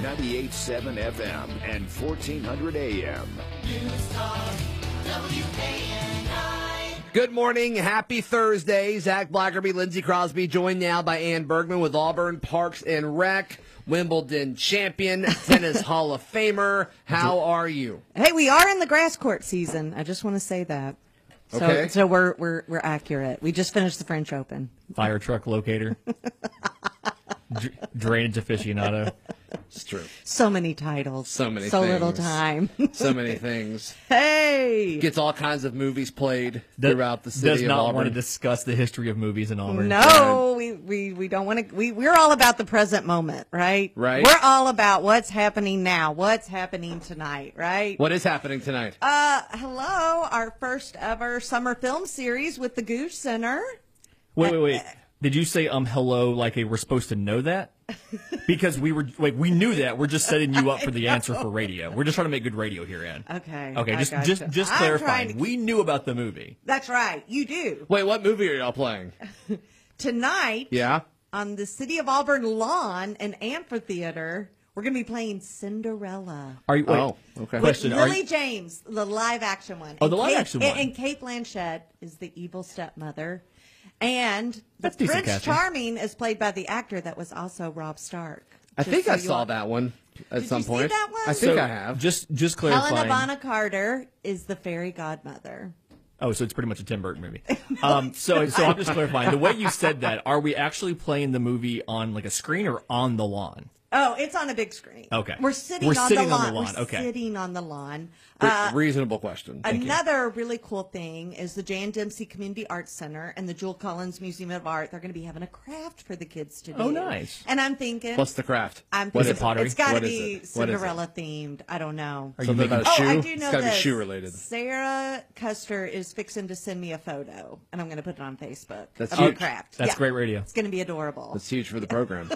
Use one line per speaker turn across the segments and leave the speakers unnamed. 98.7 FM and 1400 AM.
News Talk WKNI.
Good morning. Happy Thursday. Zach Blackerby, Lindsey Crosby, joined now by Ann Bergman with Auburn Parks and Rec, Wimbledon champion, tennis Hall of Famer. How are you?
Hey, we are in the grass court season. I just want to say that. So,
Okay.
so we're, we're, we're accurate. We just finished the French Open.
fire truck locator, Dr- drainage aficionado.
It's true.
So many titles.
So many
So little
things.
time.
So many things.
hey!
Gets all kinds of movies played
Does-
throughout the city
Does
of
not
Auburn.
want to discuss the history of movies in Auburn.
no, we, we, we don't want to. We, we're all about the present moment, right?
Right.
We're all about what's happening now, what's happening tonight, right?
What is happening tonight?
Uh, hello, our first ever summer film series with the Goose Center.
Wait, wait, wait. Did you say um hello like a, we're supposed to know that? Because we were like we knew that. We're just setting you up for the answer for radio. We're just trying to make good radio here, Ann.
Okay,
Okay.
I
Just
gotcha.
just just
I'm
clarifying.
trying to-
We knew about the movie.
That's right, you do.
Wait, what movie are y'all playing?
Tonight,
Yeah?
on the City of Auburn lawn and amphitheater. We're going to be playing Cinderella.
Are you? Wait,
Oh, okay.
Question: Are
Lily
you,
James, the live action one.
Oh,
And
the live
Kate-
action
and-
one.
And Kate Blanchett is the evil stepmother. And the
That's decent
Prince
casting.
Charming is played by the actor that was also Rob Stark.
I
Just
think
so
I
you
saw
all-
that one at
Did
some
you see
point.
that one?
I think
so
I have.
Just just
Helena
clarifying.
Bonham Carter is the fairy godmother.
Oh, so it's pretty much a Tim Burton movie. Um, so, so I'm just clarifying. The way you said that, are we actually playing the movie on like a screen or on the lawn?
Oh, it's on a big screen.
Okay.
We're sitting,
We're
on,
sitting
the
on the
lawn.
lawn,
We're
okay.
sitting on the lawn.
Re- reasonable question.
Uh, Another really cool thing is the Jan Dempsey Community Arts Center and the Jewel Collins Museum of Art. They're going to be having a craft for the kids to do.
Oh, nice.
And I'm thinking,
What's the craft?
I'm
What
is
thinking
it, pottery?
It's got to
What is
be
it? What is it?
Cinderella themed. I don't know.
Are you
Something
making-
about a
Oh,
shoe?
I do know
it's gotta
this.
be shoe related.
Sarah Custer is fixing to send me a photo, and I'm going to put it on Facebook.
That's
of her
huge.
craft.
That's
Yeah.
great radio.
It's going to be adorable.
It's huge for the program.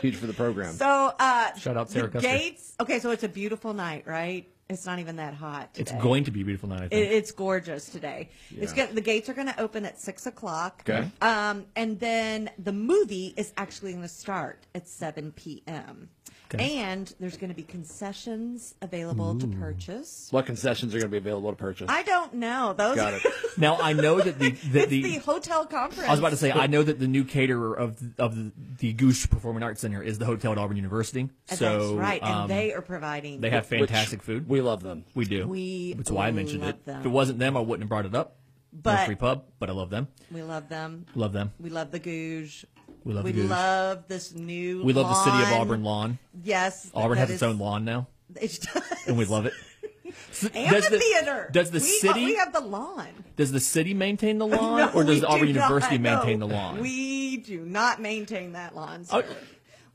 huge for the program.
so uh,
Shout out Sarah
the
Custer.
Gates. Okay, so it's a beautiful night, right? It's not even that hot.
It's
today.
going to be a beautiful night. I
It,
think.
it's gorgeous today. It's
Yeah.
go- the gates are going to open at six o'clock.
Okay.
Um, and then the movie is actually going to start at seven p.m.
Okay.
And there's going to be concessions available to purchase.
what concessions are going to be available to purchase?
I don't know those.
Got it.
now I know that the that
it's
the,
the, hotel conference.
I was about to say I know that the new caterer of the, of the, the Goose Performing Arts Center is the hotel at Auburn University.
And
So
that's right, and
um,
they are providing.
they have
Which-
fantastic food.
We love them.
we do.
we
That's why I mentioned
love
it.
them.
If it wasn't them, I wouldn't have brought it up.
But-
no free pub, but I love them.
We love them.
Love them.
We love the Gouge.
We love
we
the Gouge.
love this new.
We love the city of
lawn.
Auburn lawn.
Yes,
Auburn
that
has
is-
its own lawn now.
It does.
and we love it.
and
does
the, theater.
Does the
We-
city
We have the lawn.
does the city maintain the lawn,
No,
or does
we
Auburn
do
University
not.
maintain
No,
the lawn?
We do not maintain that lawn. Sir.
Oh,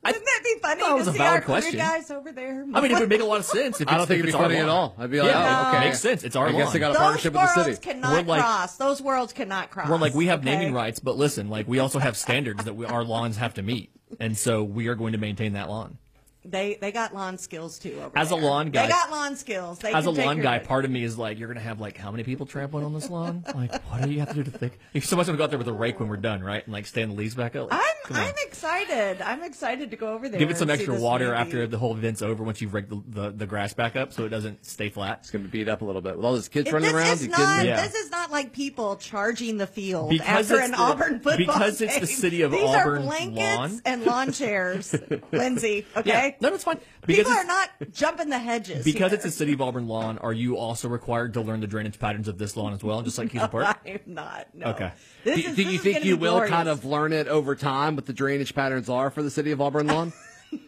I-
Wouldn't that be funny
That was
to
a
see
valid
our career
question.
guys over there?
I mean, it would make a lot of sense. If
I don't
it's-
think
if
it'd be
it's our
funny at
lawn.
all. I'd be like,
yeah,
oh, okay.
makes sense. It's our
I
lawn.
guess they got a
Those
partnership with
worlds
the city.
We're
cannot
like-
cross. Those worlds cannot cross.
We're like we have naming
okay?
rights, but listen, like we also have standards that we, our lawns have to meet, and so we are going to maintain that lawn.
They they got lawn skills too. Over
As a
there.
lawn guy-
they got lawn skills. They
As a
can take
lawn
your
guy,
place.
part of me is like, you're gonna have like how many people trampling on this lawn? Like, what do you have to do to think? If someone's gonna go out there with a rake when we're done, right, and like stand the leaves back up. Like,
I'm
come on.
I'm excited. I'm excited to go over there.
Give it some
and see
extra
this
water
movie.
after the whole event's over once you've raked the, the, the grass back up so it doesn't stay flat.
It's going to be beat up a little bit with all those kids
If
running
this
around.
Is
You kidding
not,
me?
Yeah.
This is not like people charging the field after an
it's the-
Auburn football
Because it's the
game.
city of
These
Auburn
are blankets
lawn.
and lawn chairs, Lindsay.
Yeah,
Okay,
no, that's fine. Because
people
it's,
are not jumping the hedges
because
here.
it's a city of Auburn lawn. Are you also required to learn the drainage patterns of this lawn as well, just like Keystone Park?
I'm not. No.
Okay.
This
Do,
is,
do
this
you
is
think
gonna
you
be
will kind
glorious.
of learn it over time what the drainage patterns are for the city of Auburn lawn?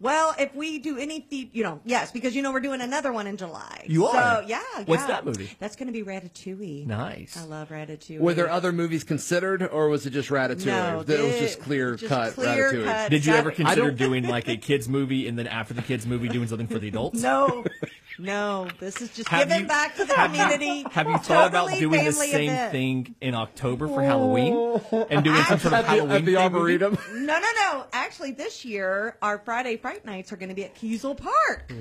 Well, if we do anything, you know, yes, because you know we're doing another one in July.
You are?
So yeah.
What's
yeah.
that movie?
That's going to be Ratatouille.
Nice.
I love Ratatouille.
Were there other movies considered, or was it just Ratatouille?
No,
that it was
they-
just clear
just
cut
clear
Ratatouille.
cut.
Did you ever
Exactly.
I
consider
don't-
doing like a kids movie and then after the kids movie doing something for the adults?
No, no. This is just
Have
giving
you-
back to the
have you-
community.
Have you thought about
Totally
doing the
family
same
event.
thing in October for Halloween and doing some sort of
At the,
Halloween
at the
themed movie?
Arboretum.
No,
Hmm.
no, no. Actually, this year our Friday fright nights are going to be at Kiesel Park.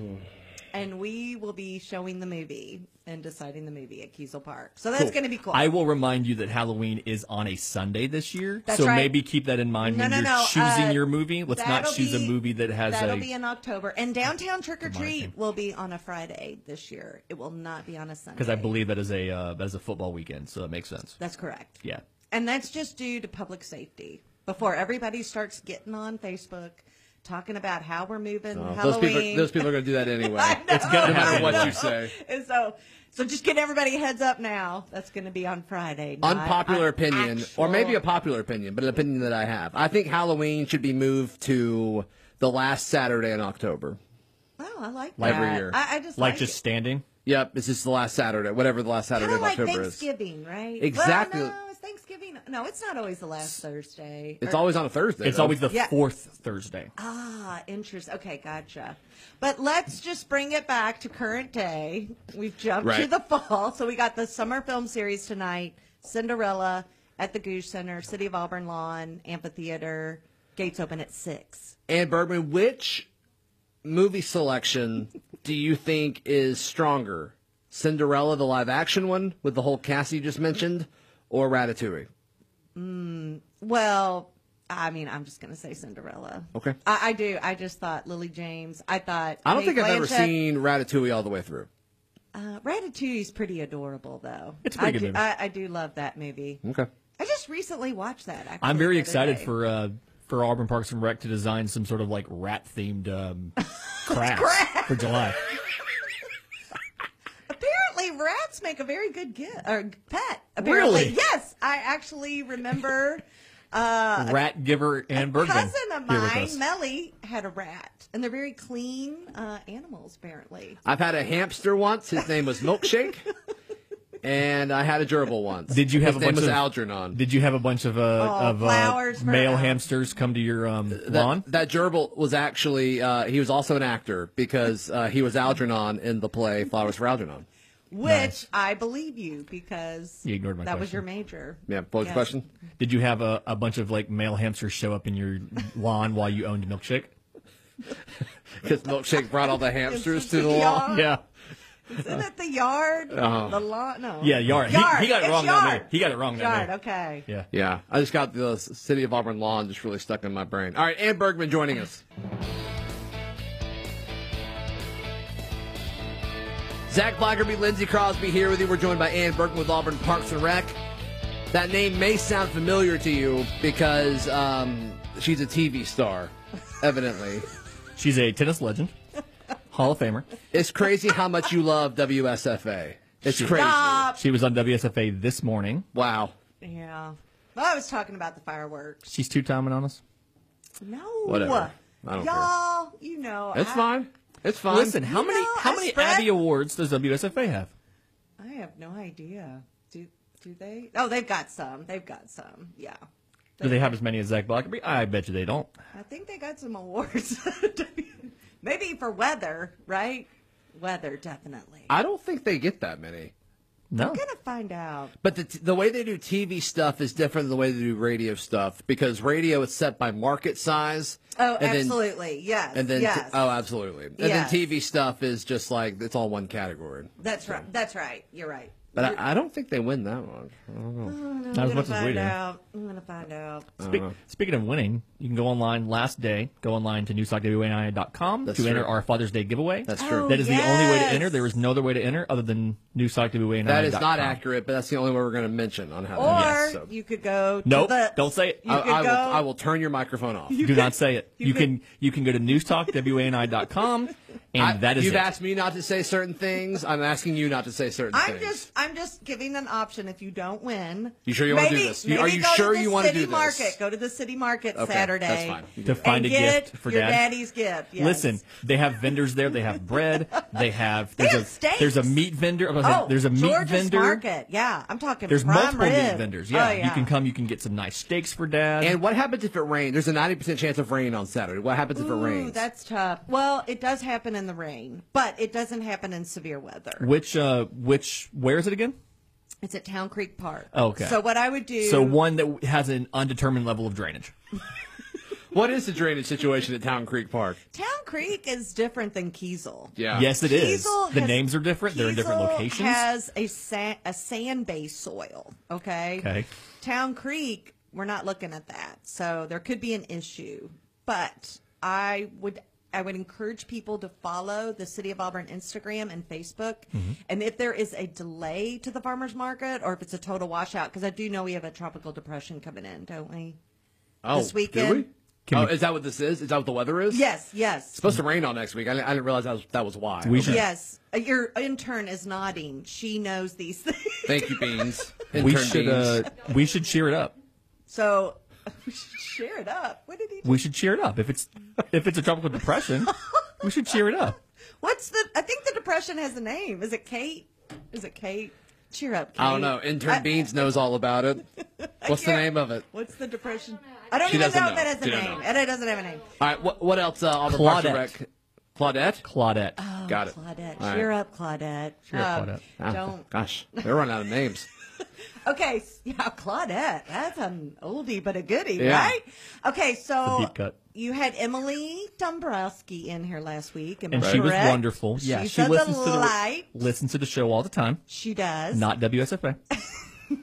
and we will be showing the movie and deciding the movie at Kiesel Park. So that's going to be cool.
I will remind you that Halloween is on a Sunday this year,
That's
so
right.
maybe keep that in mind
No,
when
no,
you're
no,
choosing
uh,
your movie. Let's not
That'll
choose a
be-
movie that has
that'll
a.
be in October. And Downtown Trick or
Remind me.
Treat will be on a Friday this year. It will not be on a Sunday.
Because I believe that is a uh, that is a football weekend, so that makes sense.
That's correct.
Yeah.
And that's just due to public safety. Before everybody starts getting on Facebook, talking about how we're moving,
Oh, Those
Halloween.
people, those people are going to do that anyway.
It's gonna
no matter
happen.
what you say.
And so, so just get everybody a heads up now. That's going to be on Friday. not
Unpopular
on
opinion,
actual-
or maybe a popular opinion, but an opinion that I have. I think Halloween should be moved to the last Saturday in October.
Oh, I like
Like
that.
every year.
I, I just
Like
like
just standing.
Yep, it's just the last Saturday, whatever the last
Kind
Saturday
of
of
like
October is.
Thanksgiving, right?
Exactly.
Well, no, it's Thanksgiving. No, it's not always the last Thursday.
It's
Or-
always on a Thursday.
It's
though.
always the
Yeah.
fourth Thursday.
Ah, interest. Okay, gotcha. But let's just bring it back to current day. We've jumped to
Right.
the fall, so we got the summer film series tonight: Cinderella at the Goose Center, City of Auburn Lawn Amphitheater. Gates open at six.
And Bergman, which movie selection do you think is stronger? Cinderella, the live action one with the whole cast you just mentioned, or Ratatouille?
Well, I mean, I'm just gonna say Cinderella.
Okay.
I, I do. I just thought Lily James. I thought
I don't
Kate
think I've ever
Blanchett.
seen Ratatouille all the way through.
Uh, Ratatouille's pretty adorable, though.
It's a pretty
I
good
do,
movie. Hmm.
I, I do love that movie.
Okay.
I just recently watched that. Actually,
I'm very
the other
excited
day.
for uh, for Auburn Parks and Rec to design some sort of like rat themed um, crafts for July.
Apparently, rats make a very good gift or pet. Apparently,
Really?
yes. I actually remember uh,
rat giver and
a
Bergman
cousin of
here with
mine,
us.
Melly, had a rat, and they're very clean uh, animals. Apparently,
I've had a hamster once. His name was Milkshake. and I had a gerbil once.
Did you have
His
a
name
bunch
was
of-
Algernon.
Did you have a bunch of uh, of
Oh, flowers
uh,
for
male
Al.
hamsters come to your um, lawn?
that, that gerbil was actually, uh, he was also an actor because uh, he was Algernon in the play Flowers for Algernon.
which I believe you because
You ignored my
that was
question.
your major.
Yeah, what was the
Yes.
question?
Did you have a, a bunch of like male hamsters show up in your lawn while you owned Milkshake?
Because Milkshake brought all the hamsters
It's
to the
the
lawn.
yard.
Yeah,
Isn't it the yard?
Uh-huh.
the lawn? No.
yeah, yard. He- He, got it
It's yard.
wrong down there. He got it wrong down
Yard.
there.
Okay.
Yeah.
Yeah, I just got the s- city of Auburn lawn just really stuck in my brain. All right, Ann Bergman joining us. Zach Blackerby, Lindsey Crosby here with you. We're joined by Ann Bergman with Auburn Parks and Rec. That name may sound familiar to you because um, she's a TV star, evidently.
She's a tennis legend, Hall of Famer.
it's crazy how much you love WSFA. It's crazy.
Stop.
She was on WSFA this morning.
Wow.
Yeah. Well, I was talking about the fireworks.
She's two timing on us.
No.
Whatever. I don't care.
Y'all, you know.
It's
I,
fine. It's fine.
Listen, how
You
many
know,
how
I
many
spread-
Abby awards does WSFA have?
I have no idea. Do do they? Oh, they've got some. They've got some. Yeah.
Do they have as many as Zach Blackerby? I bet you they don't.
I think they got some awards. Maybe for weather, right? Weather, definitely. I'm
I don't think they get that many.
No.
gonna find out.
But the, t- the way they do TV stuff is different than the way they do radio stuff because radio is set by market size.
Oh,
and
absolutely. yes.
Then, and then, t-
yes.
oh, absolutely. And
Yes.
then TV stuff is just like it's all one category.
that's right. That's right. You're right.
But I, I don't think they win that one.
Not
I'm
as
gonna
much as
find
we do.
out. I'm gonna find out.
Spe-
Uh-huh.
speaking of winning, you can go online last day. Go online to newsockwa9.com to
That's
enter
true.
our Father's Day giveaway.
That's true.
Oh,
That is the only way to
yes.
enter. There is no other way to enter other than newsockwa9.com.
That is not accurate, but that's the only way we're going to mention on how.
Or
to do this, so.
you could go. To
Nope,
the-
don't say it.
You
I,
could
I will.
go.
I will turn your microphone off.
Do not say it. You,
you
can, you can go to newstalkwani.com, and
I-
that is
you've
it.
asked me not to say certain things. I'm asking you not to say certain
I'm
things.
just I'm just giving an option if you don't win.
You sure you wanna do
Maybe-
this? You- are
maybe
you
go
sure
to the
you wanna
city
do this?
Market. Go to the city market
Okay,
Saturday.
that's fine. You can do
to
it.
and
find a
get
gift for
your
dad.
daddy's gift. Yes.
Listen, they have vendors there. They have bread. They have
They
there's
have
a
steaks.
there's a meat vendor. I'm gonna say,
Oh,
there's a meat
George's
vendor.
Market. Yeah, I'm talking.
There's
prime
multiple meat
rib.
vendors. Yeah,
Oh,
you can come. You can get some nice steaks for dad.
And what happens if it rains? There's a 90% chance of rain on Saturday. What happens if it
Ooh,
rains?
that's tough. Well, it does happen in the rain, but it doesn't happen in severe weather.
which uh which where is it again?
It's at Town Creek Park.
Okay.
So what I would do?
So one that has an undetermined level of drainage.
What is the drainage situation at Town Creek Park?
Town Creek is different than Kiesel.
Yeah.
Yes, it is.
Kiesel
The
has-
names are different. They're in different
Kiesel
locations.
Has a sand, a sand based soil. Okay.
Okay.
Town Creek, we're not looking at that, so there could be an issue. But I would I would encourage people to follow the City of Auburn Instagram and Facebook,
Mm-hmm.
and if there is a delay to the farmers market or if it's a total washout, because I do know we have a tropical depression coming in, don't we?
Oh,
this
did
weekend?
we?
Can
oh,
we-
is that what this is? Is that what the weather is?
Yes. Yes.
It's supposed to rain all next week. I didn't, I didn't realize that was, that was why.
We should-
Yes, Uh, your intern is nodding. She knows these things.
Thank you, Beans.
we
Intern
should
Beans.
uh, we should cheer it up.
So we should share it up. What did he? Do?
We should cheer it up. If it's if it's a tropical depression, we should cheer it up.
What's the? I think the depression has a name. Is it Kate? Is it Kate? Cheer up, Kate.
I don't know. Intern
I-
Beans knows all about it. What's the
can't-
name of it?
What's the depression? I don't
She
even know,
doesn't
if
know.
that has a
She doesn't
name.
know.
And it doesn't have a name.
All right. What, what else? Uh, on the Parks and
Claudette.
Rec? Claudette.
Claudette.
Got it.
Oh, Claudette,
All right.
cheer up, Claudette. Cheer
up, Claudette.
Ah,
Don't.
Gosh, they're running out of names.
Okay, s- yeah, Claudette. That's an oldie but a goodie,
Yeah.
right? Okay, so
The deep cut.
you had Emily Dombrowski in here last week, am
and
I
she was
correct?
wonderful. Yeah,
She's
she
a
listens to the
delight.
listens to the show all the time.
She does.
Not WSFA.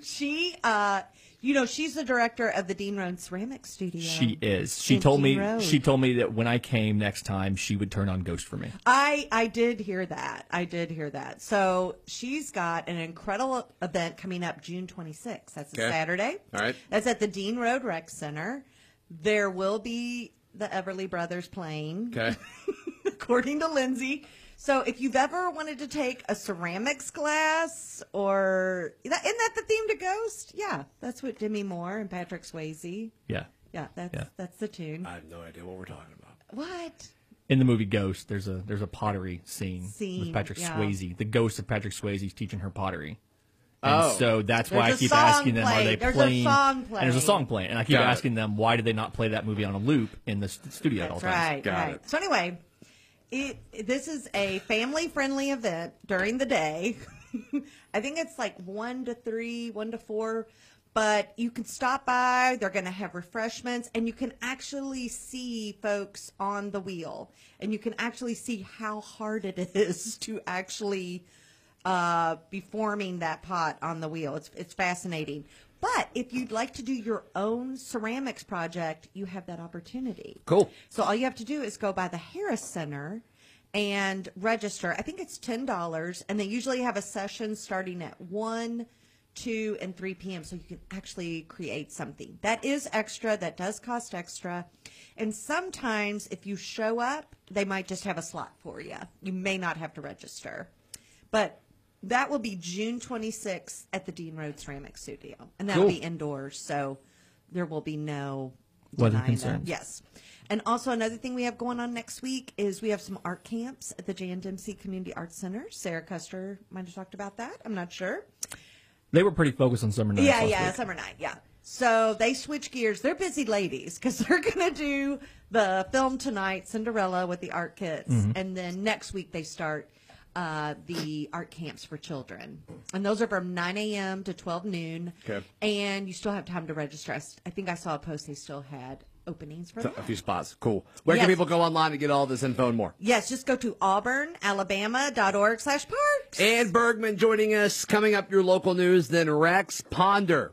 she, uh, you know, she's the director of the Dean Roan Ceramic Studio.
She is. She
Thank
told
you,
me.
Rose.
She told me that when I came next time, she would turn on Ghost for me.
I I did hear that. I did hear that. So she's got an incredible event coming up June 26th. That's a
Okay.
Saturday.
All right.
That's at the Dean Road Rec Center. There will be the Everly Brothers playing.
Okay.
according to Lindsay. So if you've ever wanted to take a ceramics class or isn't that the theme to Ghost? Yeah, that's what Demi Moore and Patrick Swayze.
Yeah.
Yeah, that's
Yeah.
that's the tune.
I have no idea what we're talking about.
What?
In the movie Ghost, there's a there's a pottery scene,
Scene,
with Patrick
yeah.
Swayze. The ghost of Patrick Swayze is teaching her pottery. And
Oh.
so that's why
There's
I
a
keep
song
asking them, are
playing.
they
There's a
playing?
song
And there's
playing.
a song playing, and I keep
Got it.
asking them, why do they not play that movie on a loop in the st- studio at all
That's
times?
right.
Got
right.
it.
So anyway, it this is a family friendly event during the day. I think it's like one to three, one to four. But you can stop by. They're going to have refreshments, and you can actually see folks on the wheel, and you can actually see how hard it is to actually uh, be forming that pot on the wheel. It's it's fascinating. But if you'd like to do your own ceramics project, you have that opportunity.
Cool.
So all you have to do is go by the Harris Center and register. I think it's ten dollars, and they usually have a session starting at one, two, and three p.m. So you can actually create something that is extra. That does cost extra, and sometimes if you show up, they might just have a slot for you. You may not have to register, but. That will be June 26th at the Dean Road Ceramic Studio, and that will
Cool.
be indoors, so there will be no
Weather
denying that.
concerns.
Yes. And also another thing we have going on next week is we have some art camps at the Jan Dempsey Community Arts Center. Sarah Custer might have talked about that. I'm not sure.
They were pretty focused on summer nights.
yeah,
last
yeah,
week.
summer night. Yeah. So they switch gears. They're busy ladies because they're going to do the film tonight, Cinderella, with the art kits,
Mm-hmm.
and then next week they start uh, the art camps for children, and those are from 9 a.m. to 12 noon.
Okay.
And you still have time to register. I s- I think I saw a post they still had openings for.
So,
that.
a few spots. Cool. Where
Yes.
can people go online to get all this info and more?
Yes, just go to auburnalabama.org slash parks.
And Bergman joining us. Coming up, your local news, then Rex Ponder.